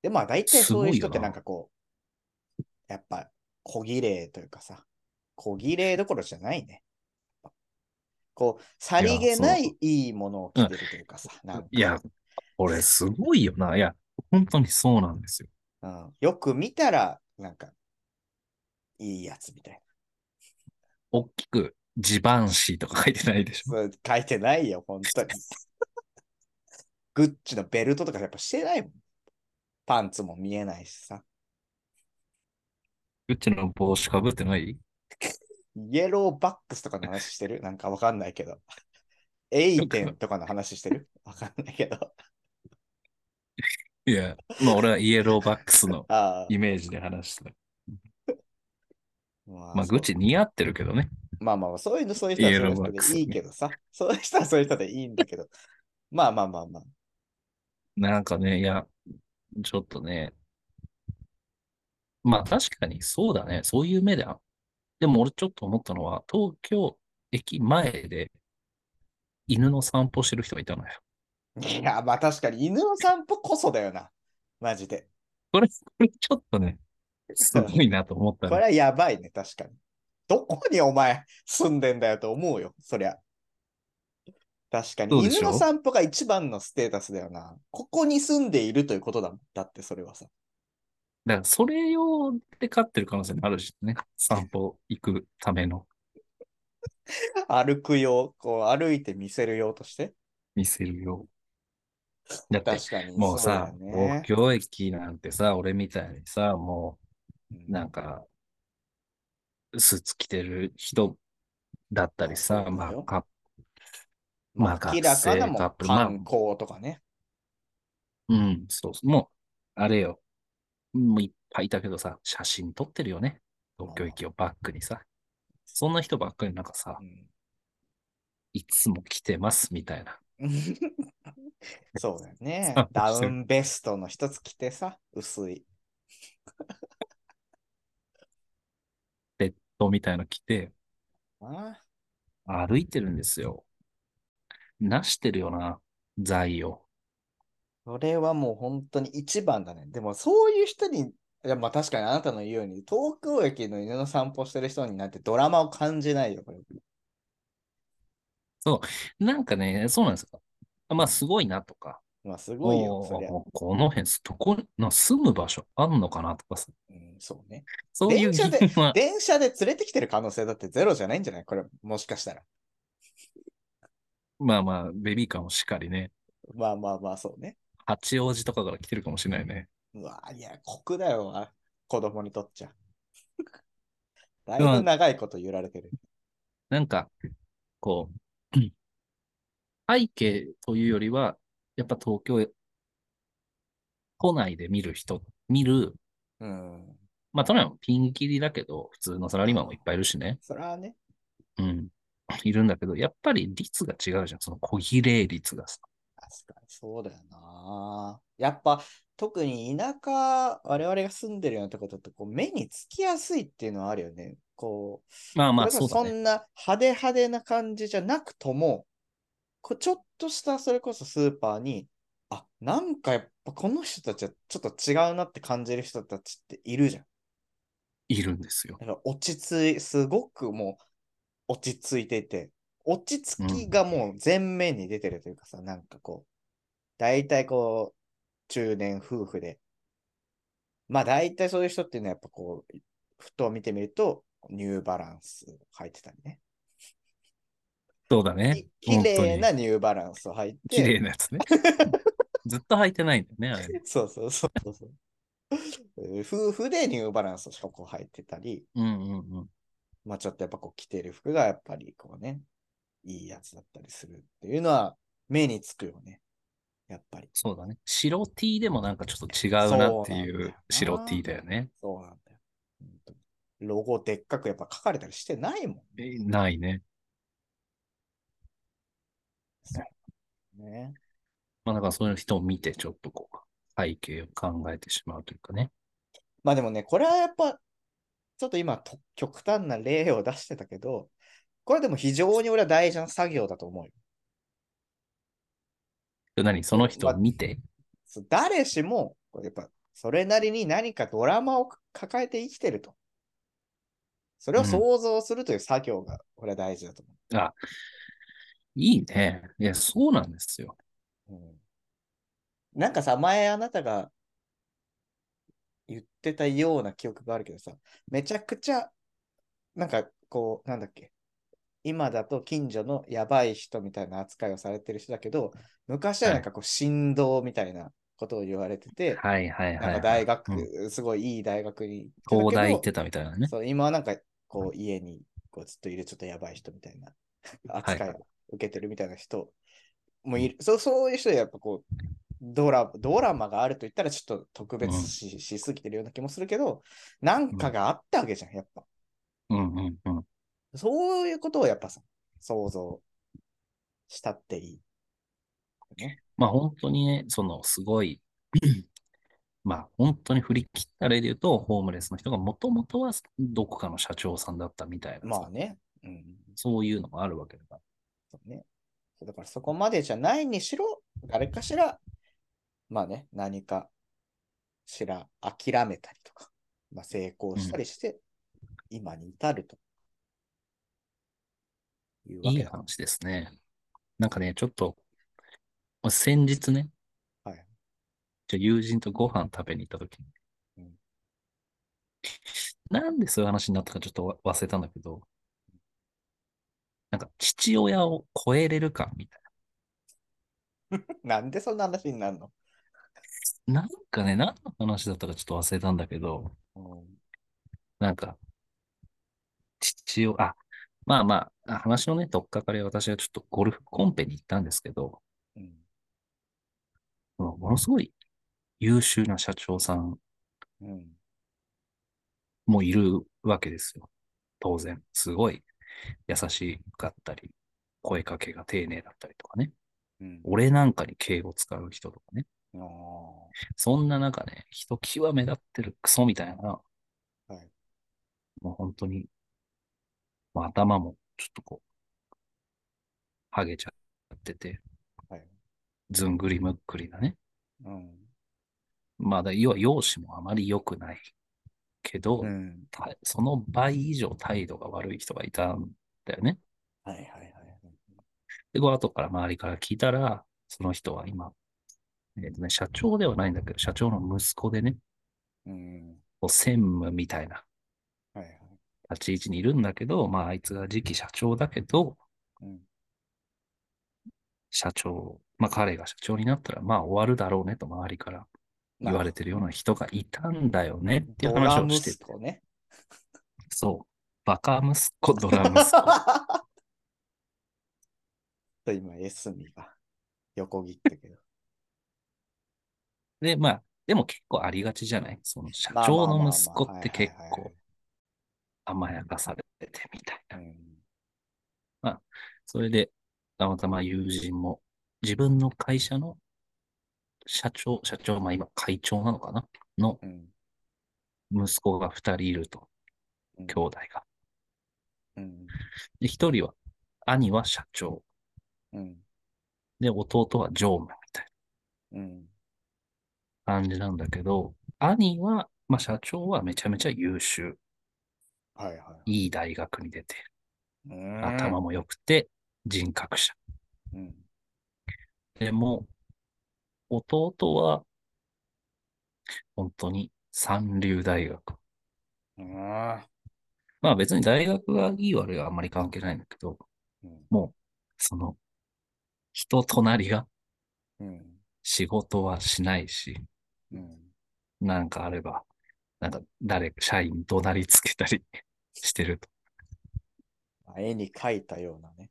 [SPEAKER 4] で、まあ、大体そういう人っ
[SPEAKER 3] すごい
[SPEAKER 4] て
[SPEAKER 3] よな
[SPEAKER 4] なんかこう、やっぱ、小綺麗というかさ、小綺麗どころじゃないね。こう、さりげないいいものを着てるというかさ、なんか、
[SPEAKER 3] いや、これすごいよな。いや、本当にそうなんですよ。
[SPEAKER 4] うん、よく見たら、なんか、いいやつみたいな。
[SPEAKER 3] 大きく、地盤師とか書いてないでしょ。
[SPEAKER 4] そう書いてないよ、本当に。 [laughs] グッチのベルトとかやっぱしてないもん。パンツも見えないしさ。
[SPEAKER 3] うちの帽子かぶってない
[SPEAKER 4] イエローバックスとかの話してるなんかわかんないけど。エイテンとかの話してるわかんないけど。
[SPEAKER 3] いや、まあ俺はイエローバックスの
[SPEAKER 4] あ
[SPEAKER 3] イメージで話してた。
[SPEAKER 4] あ、
[SPEAKER 3] まあ、
[SPEAKER 4] そう
[SPEAKER 3] グッチ似合ってるけどね。
[SPEAKER 4] まあまあまあ、そういうの、そういう人は
[SPEAKER 3] イエ
[SPEAKER 4] そうい
[SPEAKER 3] ロ
[SPEAKER 4] う
[SPEAKER 3] ーバ
[SPEAKER 4] 人
[SPEAKER 3] ックス
[SPEAKER 4] でいいけどさ。そういう人はそういう人でいいんだけど。まあまあまあまあ。
[SPEAKER 3] なんかね、いや、ちょっとね。まあ確かにそうだね。そういう目であ。でも俺ちょっと思ったのは、東京駅前で犬の散歩してる人がいたのよ。
[SPEAKER 4] いや、まあ確かに犬の散歩こそだよな。マジ
[SPEAKER 3] [laughs]
[SPEAKER 4] で。
[SPEAKER 3] これ、これちょっとね、すごいなと思った
[SPEAKER 4] こ
[SPEAKER 3] の
[SPEAKER 4] [laughs] れはやばいね、確かに。どこにお前住んでんだよと思うよ、そりゃ。確かに。
[SPEAKER 3] そうでしょ
[SPEAKER 4] 犬の散歩が一番のステータスだよな。ここに住んでいるということだもん。だってそれはさ。
[SPEAKER 3] だからそれ用で飼ってる可能性もあるしね。散歩行くための
[SPEAKER 4] 歩くよ、こう歩いて見せるよとして。
[SPEAKER 3] 見せる用。だって、
[SPEAKER 4] 確かに。
[SPEAKER 3] もう
[SPEAKER 4] そだ
[SPEAKER 3] さ
[SPEAKER 4] よ、
[SPEAKER 3] 東
[SPEAKER 4] ね、
[SPEAKER 3] 京駅なんてさ、俺みたいにさ、も
[SPEAKER 4] うん
[SPEAKER 3] うなんか、スーツ着てる人だったりさ、
[SPEAKER 4] ま
[SPEAKER 3] ま
[SPEAKER 4] あそうだよ
[SPEAKER 3] あ、カップ
[SPEAKER 4] ま
[SPEAKER 3] ま
[SPEAKER 4] あ
[SPEAKER 3] あ、
[SPEAKER 4] 明らかな
[SPEAKER 3] 学生カッ
[SPEAKER 4] も
[SPEAKER 3] プ
[SPEAKER 4] ん
[SPEAKER 3] ルまあ
[SPEAKER 4] 観光とかね。
[SPEAKER 3] うん、そうそう。もう、あれよ。もういっぱいいたけどさ、写真撮ってるよね。東京駅をバックにさ。そんな人ばっかりなんかさ
[SPEAKER 4] う、ん
[SPEAKER 3] いつも来てますみたいな。
[SPEAKER 4] [laughs] そうだよね
[SPEAKER 3] 散。歩
[SPEAKER 4] ダ
[SPEAKER 3] して
[SPEAKER 4] ウ
[SPEAKER 3] る
[SPEAKER 4] ンベストの一つ着てさ、薄い。
[SPEAKER 3] 人みたいなの来て、
[SPEAKER 4] ああ
[SPEAKER 3] 歩いてるんですよ。なしてるよな、財を。
[SPEAKER 4] それはもう本当に一番だね。でもそういう人に、いやまあ確かにあなたの言うように、東京駅の犬の散歩してる人になってドラマを感じないよ、これ。
[SPEAKER 3] なんかね、そうなんですよ。あまあ、すごいなとか。
[SPEAKER 4] まあすごいよ、
[SPEAKER 3] おー
[SPEAKER 4] そりゃ。
[SPEAKER 3] この辺、どこの住む場所あんのかなとかさ。
[SPEAKER 4] うん、そうね。
[SPEAKER 3] そういう
[SPEAKER 4] 電車で
[SPEAKER 3] 疑問は
[SPEAKER 4] 電車で連れてきてる可能性だってゼロじゃないんじゃないこれ、もしかしたら。
[SPEAKER 3] まあまあ、ベビーカーもしっかりね。
[SPEAKER 4] まあまあまあ、そうね。
[SPEAKER 3] 八王子とかから来てるかもしれないね。
[SPEAKER 4] うわいや、酷だよわ、子供にとっちゃ。
[SPEAKER 3] [laughs]
[SPEAKER 4] だい
[SPEAKER 3] ま
[SPEAKER 4] ぶ
[SPEAKER 3] あ
[SPEAKER 4] 長いこと揺られてる。
[SPEAKER 3] なんか、こう、背景というよりは、やっぱ東京、都内で見る人、見る、
[SPEAKER 4] うん。
[SPEAKER 3] まあ、都内もピンキリだけど、普通のサラリーマンもいっぱいいるしね。
[SPEAKER 4] それはね、
[SPEAKER 3] うん。いるんだけど、やっぱり率が違うじゃん。その小比例率がさ。
[SPEAKER 4] 確かにそうだよな。やっぱ、特に田舎、我々が住んでるようなところだとこう、目につきやすいっていうのはあるよね。こう、
[SPEAKER 3] まあまあ、
[SPEAKER 4] そ
[SPEAKER 3] そ
[SPEAKER 4] れ
[SPEAKER 3] う
[SPEAKER 4] こそ
[SPEAKER 3] だ
[SPEAKER 4] そ
[SPEAKER 3] ね。
[SPEAKER 4] んな派手派手な感じじゃなくとも、こうちょっとしたそれこそスーパーに、あ、なんかやっぱこの人たちはちょっと違うなって感じる人たちっているじゃん。
[SPEAKER 3] いるんですよ。
[SPEAKER 4] だから落ち着い、すごくもう落ち着いてて、落ち着きがもう前面に出てるというかさ、なんかこう、大体こ中年夫婦で。まあ大体そういう人っていうのはやっぱこう、ふと見てみると、ニューバランス履いてたりね。
[SPEAKER 3] そうだね。
[SPEAKER 4] き綺
[SPEAKER 3] 本当
[SPEAKER 4] 麗
[SPEAKER 3] に
[SPEAKER 4] なニューバランスを履い
[SPEAKER 3] 綺
[SPEAKER 4] て、
[SPEAKER 3] 麗なやつね。
[SPEAKER 4] [laughs]
[SPEAKER 3] ずっと履いてないんだよね、あれ。
[SPEAKER 4] そうそうそうそうそう。 [laughs] 夫婦でニューバランスをしかもこう履いてたり、
[SPEAKER 3] うんうんうん。
[SPEAKER 4] まあちょっとやっぱこう着てる服がやっぱりこうね、いいやつだったりするっていうのは目につくよね。やっぱり。
[SPEAKER 3] そうだね。白 T でもなんかちょっと違うなってい
[SPEAKER 4] そうなんだよ
[SPEAKER 3] う
[SPEAKER 4] な
[SPEAKER 3] 白 T だよね。
[SPEAKER 4] そうなんだよ。本当にロゴでっかくやっぱ書かれたりしてないもん
[SPEAKER 3] えないね。
[SPEAKER 4] ね。
[SPEAKER 3] まあだからそういう人を見てちょっとこう、背景を考えてしまうというかね。
[SPEAKER 4] まあでもね、これはやっぱ、ちょっと今と極端な例を出してたけど、これでも非常に俺は大事な作業だと思うよ。
[SPEAKER 3] 何その人を見て、
[SPEAKER 4] そう誰しも、これやっぱ、それなりに何かドラマを抱えて生きてると。それを想像するという作業が、これは大事だと思
[SPEAKER 3] いいね。いや、そうなんですよ。
[SPEAKER 4] う。うん、なんかさ、前あなたが言ってたような記憶があるけどさ、めちゃくちゃ、なんかこう、なんだっけ、今だと近所のやばい人みたいな扱いをされてる人だけど、昔はなんかこう、振動みたいなことを言われてて、
[SPEAKER 3] はいはいはい
[SPEAKER 4] な
[SPEAKER 3] は
[SPEAKER 4] ん
[SPEAKER 3] い、
[SPEAKER 4] か大学、
[SPEAKER 3] うん
[SPEAKER 4] すごいいい大学に行
[SPEAKER 3] 東
[SPEAKER 4] ってたけど
[SPEAKER 3] 大行ってたみたいなね。
[SPEAKER 4] そう今はなんかこう家にこうずっといるちょっとやばい人みたいな
[SPEAKER 3] はい
[SPEAKER 4] 扱いを受けてるみたいな人もいる、そうそういう人はやっぱこうドラドラマがあると言ったらちょっと特別視し,、すぎてるような気もするけどなんかがあったわけじゃんやっぱ
[SPEAKER 3] うんうんうん。
[SPEAKER 4] そういうことをやっぱさ想像したっていい、
[SPEAKER 3] まあ本当にね、そのすごい、 [clears throat] まあ本当に振り切った例で言うと、ホームレスの人がもともとはどこかの社長さんだったみたいなさ、
[SPEAKER 4] まあね、うん
[SPEAKER 3] そういうのもあるわけだから。
[SPEAKER 4] そうねそうだからそこまでじゃないにしろ誰かしらまあね、何かしら諦めたりとか、まあ、成功したりして、今に至ると。いうわ
[SPEAKER 3] いい
[SPEAKER 4] けだから。
[SPEAKER 3] 話ですね。なんかね、ちょっと、まあ先日ね、
[SPEAKER 4] はい
[SPEAKER 3] ちょ友人とご飯食べに行った時に、
[SPEAKER 4] うん
[SPEAKER 3] なんでそういう話になったかちょっとわ忘れたんだけど、なんか父親を超えれるかみたい
[SPEAKER 4] なんでそんな話になるの、
[SPEAKER 3] な。なんかね、何の話だったかちょっと忘れたんだけど、
[SPEAKER 4] うん
[SPEAKER 3] なんか、父親、あ、まあまあ、話のね、とっかかりは私はちょっとゴルフコンペに行ったんですけど、
[SPEAKER 4] うん
[SPEAKER 3] そのものすごい優秀な社長さん
[SPEAKER 4] うん
[SPEAKER 3] もいるわけですよ。当然。すごい優しかったり、声かけが丁寧だったりとかね。
[SPEAKER 4] うん
[SPEAKER 3] 俺なんかに敬語使う人とかね。
[SPEAKER 4] あ
[SPEAKER 3] そんな中ね、ひときわ目立ってるクソみたいな、
[SPEAKER 4] い
[SPEAKER 3] もう本当に、まあ、頭もちょっとこう、ハゲちゃってて、
[SPEAKER 4] はい
[SPEAKER 3] ずんぐりむっくりなね。
[SPEAKER 4] ーうん
[SPEAKER 3] まあだ、要は容姿もあまり良くないけど、
[SPEAKER 4] うん
[SPEAKER 3] たその倍以上態度が悪い人がいたんだよね。
[SPEAKER 4] はいはいはい。
[SPEAKER 3] で、こう後から周りから聞いたら、その人は今、えっとね、社長ではないんだけど、社長の息子でね、
[SPEAKER 4] うん
[SPEAKER 3] こう専務みたいな
[SPEAKER 4] はいはい。
[SPEAKER 3] 立ち位置にいるんだけど、まあ、あいつが次期社長だけど、
[SPEAKER 4] うん
[SPEAKER 3] 社長、まあ、彼が社長になったら、まあ、終わるだろうねと周りから言われてるような人がいたんだよねっていう
[SPEAKER 4] ドラ
[SPEAKER 3] 話をして
[SPEAKER 4] 息
[SPEAKER 3] て、
[SPEAKER 4] 子ね。
[SPEAKER 3] そう、バカ息子、ドラ息
[SPEAKER 4] [laughs]
[SPEAKER 3] 子。
[SPEAKER 4] と今、エスミが横切った
[SPEAKER 3] [laughs]
[SPEAKER 4] けど。
[SPEAKER 3] で、まあ、でも結構ありがちじゃないその社
[SPEAKER 4] まあまあ
[SPEAKER 3] 長
[SPEAKER 4] まあまあ
[SPEAKER 3] の息子って結
[SPEAKER 4] はいはいはい
[SPEAKER 3] 構甘やかされててみたいな
[SPEAKER 4] う。ん
[SPEAKER 3] それで、たまたま友人も自分の会社の社長、社長、まあ今会長なのかなの
[SPEAKER 4] うん
[SPEAKER 3] 息子が二人いると、
[SPEAKER 4] うん
[SPEAKER 3] 兄弟が。
[SPEAKER 4] うん
[SPEAKER 3] で、一人は、兄は社長。
[SPEAKER 4] うん
[SPEAKER 3] で、弟は常務みたい
[SPEAKER 4] うん
[SPEAKER 3] な感じなんだけど、兄は、まあ社長はめちゃめちゃ優秀。
[SPEAKER 4] はいはい。
[SPEAKER 3] いい大学に出て、
[SPEAKER 4] うーん
[SPEAKER 3] 頭も良くて人格者。
[SPEAKER 4] うん
[SPEAKER 3] でも、弟は本当に三流大学。
[SPEAKER 4] うん
[SPEAKER 3] まあ別に大学がいい悪いはあんまり関係ないんだけど、
[SPEAKER 4] うん
[SPEAKER 3] その、人となりが
[SPEAKER 4] うん
[SPEAKER 3] 仕事はしないし、
[SPEAKER 4] うん
[SPEAKER 3] なんかあれば、なんか誰か社員怒鳴りつけたり [laughs] してると。
[SPEAKER 4] まあ絵に描いたようなね。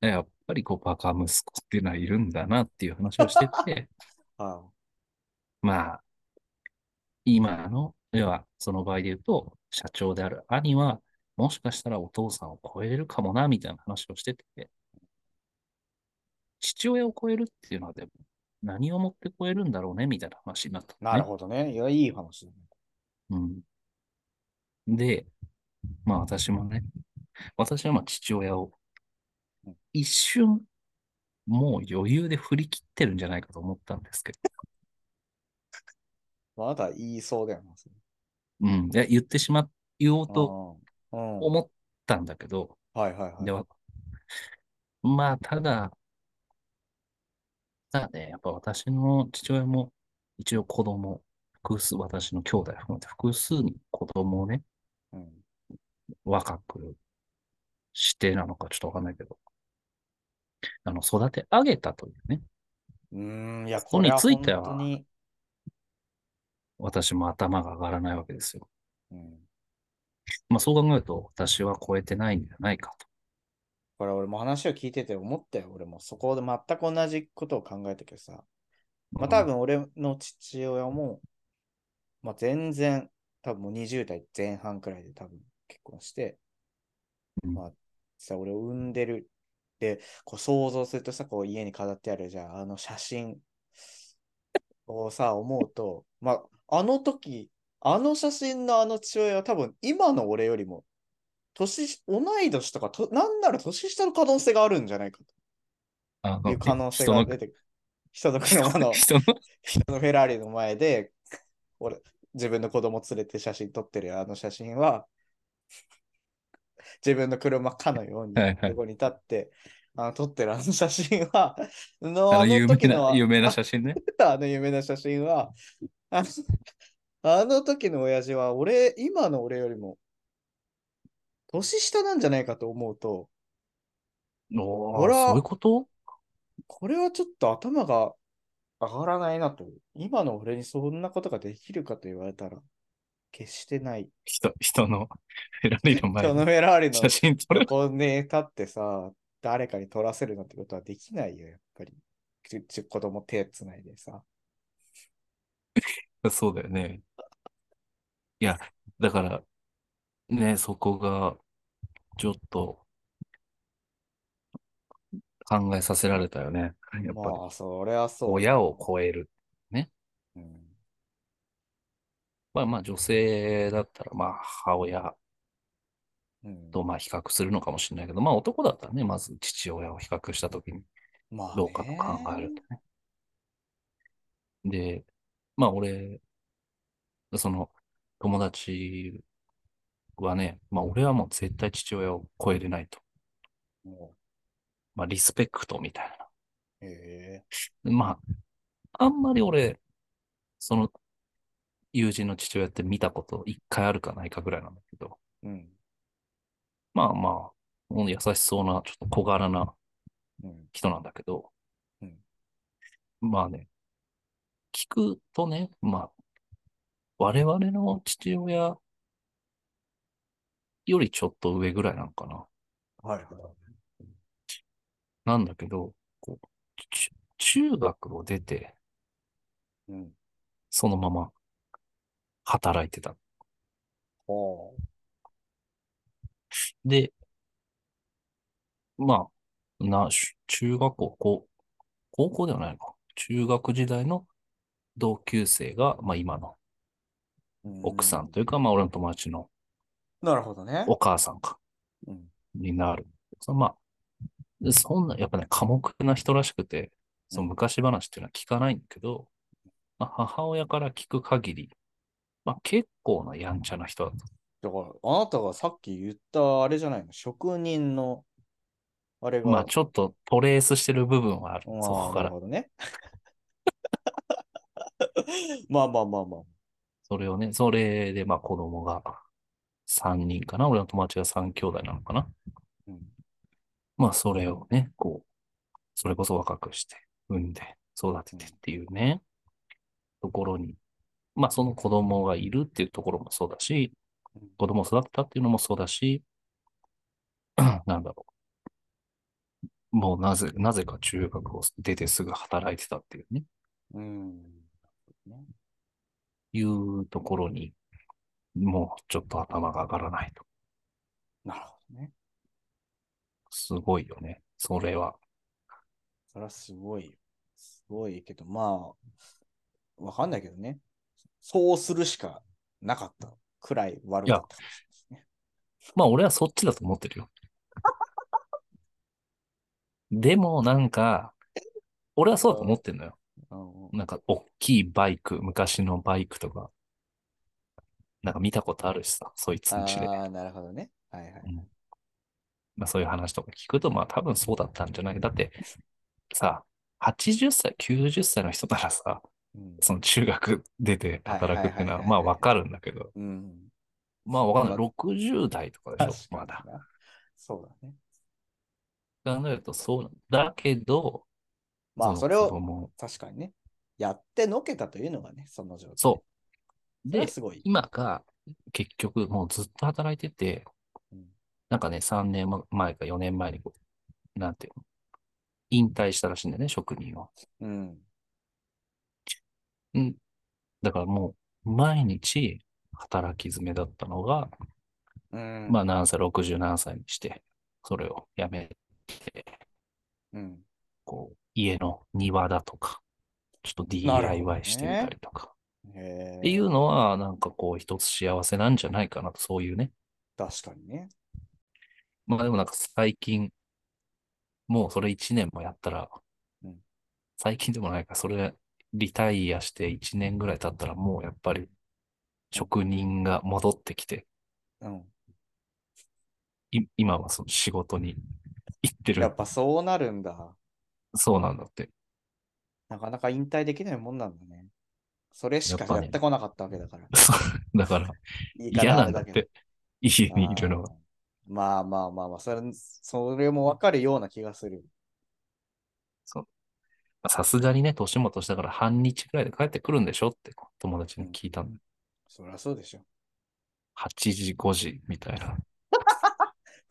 [SPEAKER 3] でやっぱりこうバカ息子っていうのはいるんだなっていう話をしてて、 [laughs]
[SPEAKER 4] あ
[SPEAKER 3] まあ、今の、要はその場合で言うと、社長である兄は、もしかしたらお父さんを超えれるかもな、みたいな話をしてて、父親を超えるっていうのはでも、何をもって超えるんだろうね、みたいな話になったのね、
[SPEAKER 4] なるほどね。いや、いい話だね。
[SPEAKER 3] うん。で、まあ私もね、私はまあ父親を
[SPEAKER 4] うん
[SPEAKER 3] 一瞬もう余裕で振り切ってるんじゃないかと思ったんです
[SPEAKER 4] [laughs]
[SPEAKER 3] けど、
[SPEAKER 4] まだ言いそうだよな。それ
[SPEAKER 3] うん、いや言ってしまう、言おうと
[SPEAKER 4] ああうん。はい
[SPEAKER 3] 思ったんだけど、
[SPEAKER 4] はいはい。
[SPEAKER 3] では、まあただ、ただね、やっぱ私の父親も一応子供、複数、私の兄弟含めて複数に子供をね、
[SPEAKER 4] うん
[SPEAKER 3] 若くしてなのかちょっとわかんないけど、あの、育て上げたというね、
[SPEAKER 4] うーん、いや、
[SPEAKER 3] ここに
[SPEAKER 4] れは
[SPEAKER 3] ついては
[SPEAKER 4] 本当に、
[SPEAKER 3] 私も頭が上がらないわけですよ。
[SPEAKER 4] うん、
[SPEAKER 3] まあそう考えると、私は超えてないんじゃないかと。
[SPEAKER 4] これ俺も話を聞いてて思ったよ。俺もそこで全く同じことを考えたけどさ。まあ多分俺の父親も、まあ全然、多分もう20代前半くらいで多分結婚して、
[SPEAKER 3] うん
[SPEAKER 4] まあさ、俺を産んでる。で、こう想像するとさ、こう家に飾ってあるじゃん、あの写真をさ、思うと、まああの時、あの写真のあの父親は多分今の俺よりも、年し、同い年とかと、なんなら年下の可能性があるんじゃないか
[SPEAKER 3] あ
[SPEAKER 4] という可能性
[SPEAKER 3] 人
[SPEAKER 4] が
[SPEAKER 3] の
[SPEAKER 4] 出てくる。人の車の、
[SPEAKER 3] 人の、
[SPEAKER 4] 人のフェラーリの前で、俺、自分の子供連れて写真撮ってるあの写真は、自分の車かのように
[SPEAKER 3] はいはい
[SPEAKER 4] 横に立って、あの撮ってるあの写真は、の
[SPEAKER 3] あ
[SPEAKER 4] あ
[SPEAKER 3] の有
[SPEAKER 4] の
[SPEAKER 3] 名
[SPEAKER 4] 時の
[SPEAKER 3] な、有名な写
[SPEAKER 4] [laughs]
[SPEAKER 3] 真ね。
[SPEAKER 4] あの有名な写真は、あのあの時の親父は、俺、今の俺よりも、年下なんじゃないかと思うと、
[SPEAKER 3] お
[SPEAKER 4] ほら
[SPEAKER 3] ー、そういうこと
[SPEAKER 4] これはちょっと頭が上がらないなと。今の俺にそんなことができるかと言われたら、決してない。
[SPEAKER 3] 人、人の [laughs] フェラーリの前
[SPEAKER 4] 人の
[SPEAKER 3] に
[SPEAKER 4] フェラーリ
[SPEAKER 3] 写
[SPEAKER 4] の
[SPEAKER 3] 真撮る。
[SPEAKER 4] 横に立ってさ、誰かに撮らせるなんてことはできないよ、やっぱり。ちち子供手つないでさ。
[SPEAKER 3] そうだよね。いや、だから、ね、そこが、ちょっと、考えさせられたよね。やっぱり。
[SPEAKER 4] まあ、それはそう。
[SPEAKER 3] 親を超える。
[SPEAKER 4] うん
[SPEAKER 3] まあまあ女性だったらまあ母親
[SPEAKER 4] うん
[SPEAKER 3] とまあ比較するのかもしれないけど、まあ男だったらね、まず父親を比較したときに
[SPEAKER 4] まあ、
[SPEAKER 3] どうかと考えるとね。で、まあ俺、その友達はね、まあ俺はもう絶対父親を超えれないと。
[SPEAKER 4] も
[SPEAKER 3] まあリスペクトみたいう
[SPEAKER 4] え
[SPEAKER 3] な。まあ、あんまり俺、その友人の父親って見たこと一回あるかないかぐらいなんだけど、
[SPEAKER 4] えうん。
[SPEAKER 3] まあまあ、ほんと優しそうな、ちょっと小柄な
[SPEAKER 4] うん。
[SPEAKER 3] 人なんだけど、
[SPEAKER 4] うん
[SPEAKER 3] まあね、聞くとね、まあ、我々の父親よりちょっと上ぐらいなのかな。
[SPEAKER 4] はいは
[SPEAKER 3] なんだけど、こうち中学を出て、
[SPEAKER 4] い。うん。
[SPEAKER 3] そのまま働いてた。
[SPEAKER 4] ほ
[SPEAKER 3] で、まあ、な、し中学校、高高校ではないのか。中学時代の同級生が、まあ今の
[SPEAKER 4] う。う
[SPEAKER 3] 奥さん。というか、まあ俺の友達の
[SPEAKER 4] なるほどね。
[SPEAKER 3] お母さんか、
[SPEAKER 4] うん。
[SPEAKER 3] になる。そのまあ、そんな、やっぱね、寡黙な人らしくて、その昔話っていうのは聞かないんだけど、まあ、母親から聞く限り、まあ結構なやんちゃな人だった。
[SPEAKER 4] だから、あなたがさっき言ったあれじゃないの職人の、あれが、
[SPEAKER 3] まあちょっとトレースしてる部分はある。そ
[SPEAKER 4] まあ
[SPEAKER 3] こか
[SPEAKER 4] なる
[SPEAKER 3] ら。
[SPEAKER 4] ほどね。 [laughs] まあまあまあまあ。
[SPEAKER 3] それをね、それでまあ子供が3人かな。俺の友達が3兄弟なのかな。
[SPEAKER 4] うん
[SPEAKER 3] まあそれをね、こう、それこそ若くして産んで育ててっていうね、ところに、まあその子供がいるっていうところもそうだし、子供を育てたっていうのもそうだし、 [clears throat] なんだろう。もうなぜ、なぜか中学を出てすぐ働いてたっていうね。
[SPEAKER 4] うん。
[SPEAKER 3] いうところに、もうちょっと頭が上がらないと。
[SPEAKER 4] なるほどね。
[SPEAKER 3] すごいよね。それは。
[SPEAKER 4] それはすごいよ。すごいけど、まあ、わかんないけどね。そうするしかなかったくらい悪かったかもしれないですね。
[SPEAKER 3] まあ俺はそっちだと思って
[SPEAKER 4] [laughs]
[SPEAKER 3] るよ。でもなんか、俺はそうだと思ってんのよ。
[SPEAKER 4] うんうん
[SPEAKER 3] なんか、大きいバイク、昔のバイクとか、なんか見たことあるしさ、そいつんちで。
[SPEAKER 4] ああ、なるほどね。はいはい。
[SPEAKER 3] まあ、そういう話とか聞くと、まあ多分そうだったんじゃないだって、さ、80歳、90歳の人ならさ、
[SPEAKER 4] うん
[SPEAKER 3] その中学出て働くっていうの
[SPEAKER 4] はいはいはいはい
[SPEAKER 3] は、
[SPEAKER 4] はい
[SPEAKER 3] まあわかるんだけど、
[SPEAKER 4] うん。
[SPEAKER 3] まあわかんない。
[SPEAKER 4] ま
[SPEAKER 3] 60代とかでしょ、まだ
[SPEAKER 4] 確。かにな。そうだね。
[SPEAKER 3] 考えるとそうなんだけど、
[SPEAKER 4] まあ、
[SPEAKER 3] の
[SPEAKER 4] それ
[SPEAKER 3] 子
[SPEAKER 4] を
[SPEAKER 3] 供
[SPEAKER 4] 確かにね、やってのけたというのがね、その状態。
[SPEAKER 3] そう。
[SPEAKER 4] それは
[SPEAKER 3] で、
[SPEAKER 4] すごい。
[SPEAKER 3] 今が結局もうずっと働いてて
[SPEAKER 4] うん、
[SPEAKER 3] なんかね、3年前か4年前にこう、なんていうの、引退したらしいんだよね、職人を。
[SPEAKER 4] うん。
[SPEAKER 3] だからもう、毎日働き詰めだったのが、
[SPEAKER 4] うん。
[SPEAKER 3] まあ何歳、60何歳にして、それをやめて、
[SPEAKER 4] うん。
[SPEAKER 3] こう、家の庭だとか、ちょっと
[SPEAKER 4] なるほどね
[SPEAKER 3] DIY してみたりとか、
[SPEAKER 4] へ
[SPEAKER 3] ってい
[SPEAKER 4] え。
[SPEAKER 3] うのは、なんかこう、一つ幸せなんじゃないかなと、そういうね。
[SPEAKER 4] 確かにね。
[SPEAKER 3] まあでもなんか最近、もうそれ1年もやったら
[SPEAKER 4] うん、
[SPEAKER 3] 最近でもないか、それ、リタイアして1年ぐらい経ったら、もうやっぱり、職人が戻ってきて、
[SPEAKER 4] うん。
[SPEAKER 3] い今はその仕事に行って
[SPEAKER 4] や
[SPEAKER 3] る
[SPEAKER 4] っ。ぱそうなるんだ。
[SPEAKER 3] そうなんだって。 [laughs]
[SPEAKER 4] なかなか引退できないもんなんだね。それし
[SPEAKER 3] や
[SPEAKER 4] か
[SPEAKER 3] っぱ
[SPEAKER 4] や
[SPEAKER 3] ね
[SPEAKER 4] ってこなかったわけだから。
[SPEAKER 3] そうだから、
[SPEAKER 4] 言い方
[SPEAKER 3] 嫌
[SPEAKER 4] あ
[SPEAKER 3] な
[SPEAKER 4] れ
[SPEAKER 3] んだっ
[SPEAKER 4] けど
[SPEAKER 3] て。家にいるのが。
[SPEAKER 4] あーまあまあまあまあ、それそれもわかるような気がする。
[SPEAKER 3] さすがにね、年も年だから半日くらいで帰ってくるんでしょって友達に聞いたの。
[SPEAKER 4] そりゃそうでしょ。
[SPEAKER 3] 8時、5時みたいな。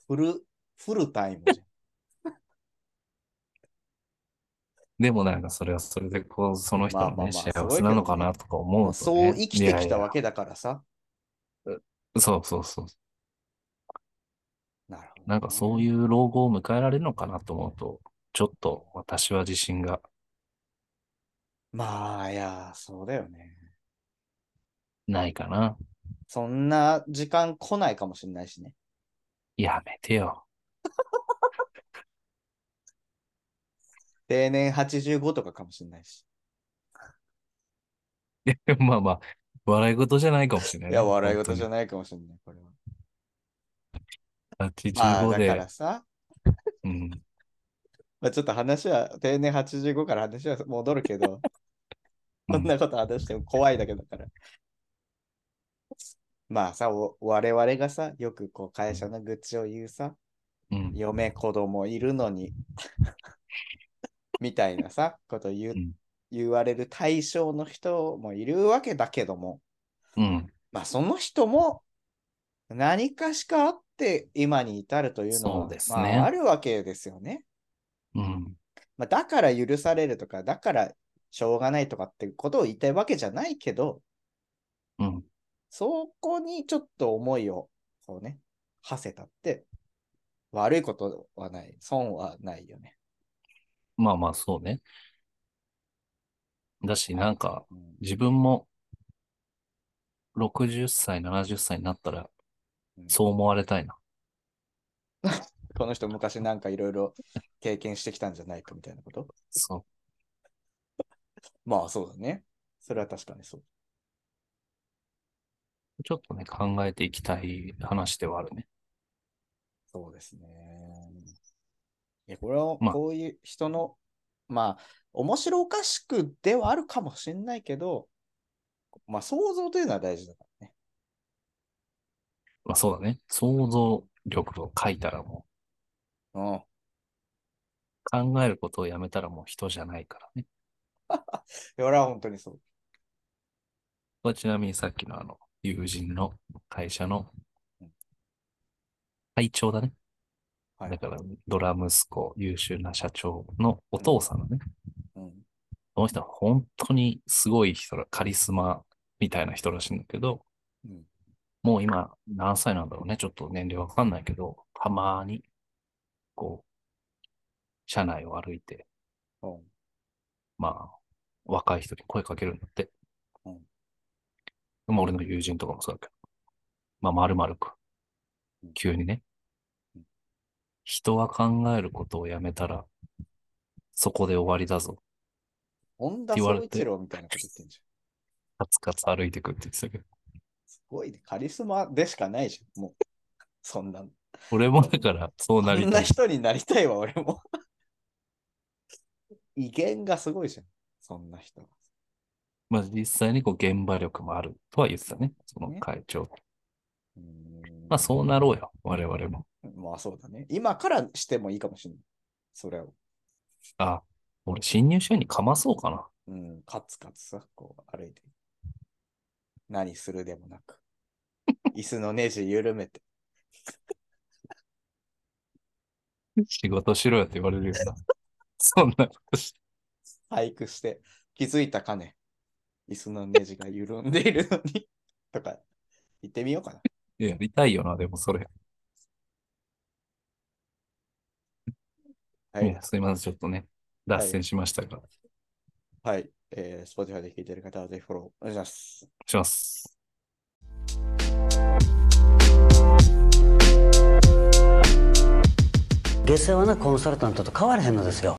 [SPEAKER 4] フル、フルタイムじゃん。
[SPEAKER 3] でもなんかそれはそれでこう、その人のね、
[SPEAKER 4] まあまあまあ
[SPEAKER 3] 幸せなのかなとか思
[SPEAKER 4] も
[SPEAKER 3] う
[SPEAKER 4] う
[SPEAKER 3] と、
[SPEAKER 4] そ
[SPEAKER 3] ね。
[SPEAKER 4] う生きてきたわ
[SPEAKER 3] け
[SPEAKER 4] けだからさ。
[SPEAKER 3] そうそうそう。
[SPEAKER 4] なるほどね、
[SPEAKER 3] なんかそういう老後を迎えられるのかなと思うと、ちょっと私は自信が
[SPEAKER 4] まあ、いや、そうだよね。
[SPEAKER 3] ないかな。
[SPEAKER 4] そんな時間来ないかもしれないしね。
[SPEAKER 3] やめてよ。 [laughs]
[SPEAKER 4] 定年85とかかもしれないし。
[SPEAKER 3] まあまあ、笑い事じゃないかもしれない
[SPEAKER 4] い
[SPEAKER 3] ね。
[SPEAKER 4] や、笑い事じゃ
[SPEAKER 3] ない。
[SPEAKER 4] ないかもしれない、これは。まあ、
[SPEAKER 3] 85
[SPEAKER 4] だから
[SPEAKER 3] で、
[SPEAKER 4] さ、
[SPEAKER 3] うん。
[SPEAKER 4] まあ、ちょっと話は、定年85から話は戻るけど、
[SPEAKER 3] [laughs] う
[SPEAKER 4] こ
[SPEAKER 3] ん
[SPEAKER 4] んなこと話しても怖いだけだから。まあさ、お我々がさ、よくこう会社の愚痴を言うさ、
[SPEAKER 3] うん
[SPEAKER 4] 嫁子供いるのにみたいなさこと言,、う
[SPEAKER 3] うん
[SPEAKER 4] 言われる対象の人もいるわけだけども
[SPEAKER 3] うん。
[SPEAKER 4] まあその人も何かしかあって今に至るというの
[SPEAKER 3] そ
[SPEAKER 4] は
[SPEAKER 3] うですね
[SPEAKER 4] まあ、あるわけですよね、
[SPEAKER 3] うん。
[SPEAKER 4] まあ、だから許されるとかだからしょうがないとかってことを言いたいわけじゃないけど
[SPEAKER 3] うん。
[SPEAKER 4] そこにちょっと思いをこうね馳せたって悪いことはない損はないよね、
[SPEAKER 3] まあまあ、そうね。だし、なんか、
[SPEAKER 4] うん
[SPEAKER 3] 自分も60歳、70歳になったら、
[SPEAKER 4] うん
[SPEAKER 3] そう思われたいな。
[SPEAKER 4] この人昔なんかいろいろ経験してきたんじゃないかみたいなこと
[SPEAKER 3] そ
[SPEAKER 4] まあそうだね。それは確かにそう。
[SPEAKER 3] う。ちょっとね、考えていきたい話ではあるね。
[SPEAKER 4] そうですね。いや、これは
[SPEAKER 3] まあ
[SPEAKER 4] こういう人の、まあ、面白おかしくではあるかもしれないけど、まあ、想像というのは大事だからね。
[SPEAKER 3] まあそうだね。想像力を書いたらも
[SPEAKER 4] うん。
[SPEAKER 3] う、考えることをやめたらもう人じゃないからね。
[SPEAKER 4] 俺は本当にそう。
[SPEAKER 3] これちなみにさっきのあの、友人の会社の
[SPEAKER 4] うん
[SPEAKER 3] 会長だね。
[SPEAKER 4] はい
[SPEAKER 3] だから、ドラ息子、優秀な社長のお父さんだね。
[SPEAKER 4] うん。
[SPEAKER 3] この人は本当にすごい人ら、カリスマみたいな人らしいんだけど、
[SPEAKER 4] うん
[SPEAKER 3] もう今何歳なんだろうね。ちょっと年齢わかんないけど、たまに、こう、車内を歩いて、
[SPEAKER 4] うん
[SPEAKER 3] まあ、若い人に声かけるんだって。
[SPEAKER 4] うん
[SPEAKER 3] まあ、俺の友人とかもそうだけど。まあ、まるまるく
[SPEAKER 4] うん。
[SPEAKER 3] 急にね
[SPEAKER 4] うん。
[SPEAKER 3] 人は考えることをやめたら、そこで終わりだぞ。
[SPEAKER 4] 本田宗一郎みたいなこと言ってんじゃ
[SPEAKER 3] カ
[SPEAKER 4] ん。
[SPEAKER 3] ツカツ歩いてくって言ってたけど。
[SPEAKER 4] すごいね。カリスマでしかないじゃん。もう。そんなの。
[SPEAKER 3] 俺もだから、そうな
[SPEAKER 4] こ
[SPEAKER 3] り
[SPEAKER 4] ん
[SPEAKER 3] た。
[SPEAKER 4] ない人になりたいわ、俺も。 [laughs] 威厳がすごいじゃん。そんな人。
[SPEAKER 3] まあ、実際にこう、現場力もあるとは言ってたね。その会長。
[SPEAKER 4] うーん
[SPEAKER 3] まあ、そうなろうよ。我々も。
[SPEAKER 4] まあそうだね。今からしてもいいかもしれない。それを。
[SPEAKER 3] あ、俺、新入社員にかまそうかな。
[SPEAKER 4] うん、カツカツさ、こう歩いて。何するでもなく。椅子のネジ緩めて。
[SPEAKER 3] 仕事しろよって言われるよな。 [laughs] そんなことして。
[SPEAKER 4] 俳句して。気づいたかね。椅子のネジが緩んでいるのに。 [laughs] とか、言ってみようかな。
[SPEAKER 3] いややりたいよな、でもそれ。
[SPEAKER 4] はい。
[SPEAKER 3] ねすいません、ちょっとね、脱線しましたが、
[SPEAKER 4] はい。えー、Spotify で聞いてる方はぜひフォローお願いします。
[SPEAKER 3] します。
[SPEAKER 1] 下世話なコンサルタントと変われへんのですよ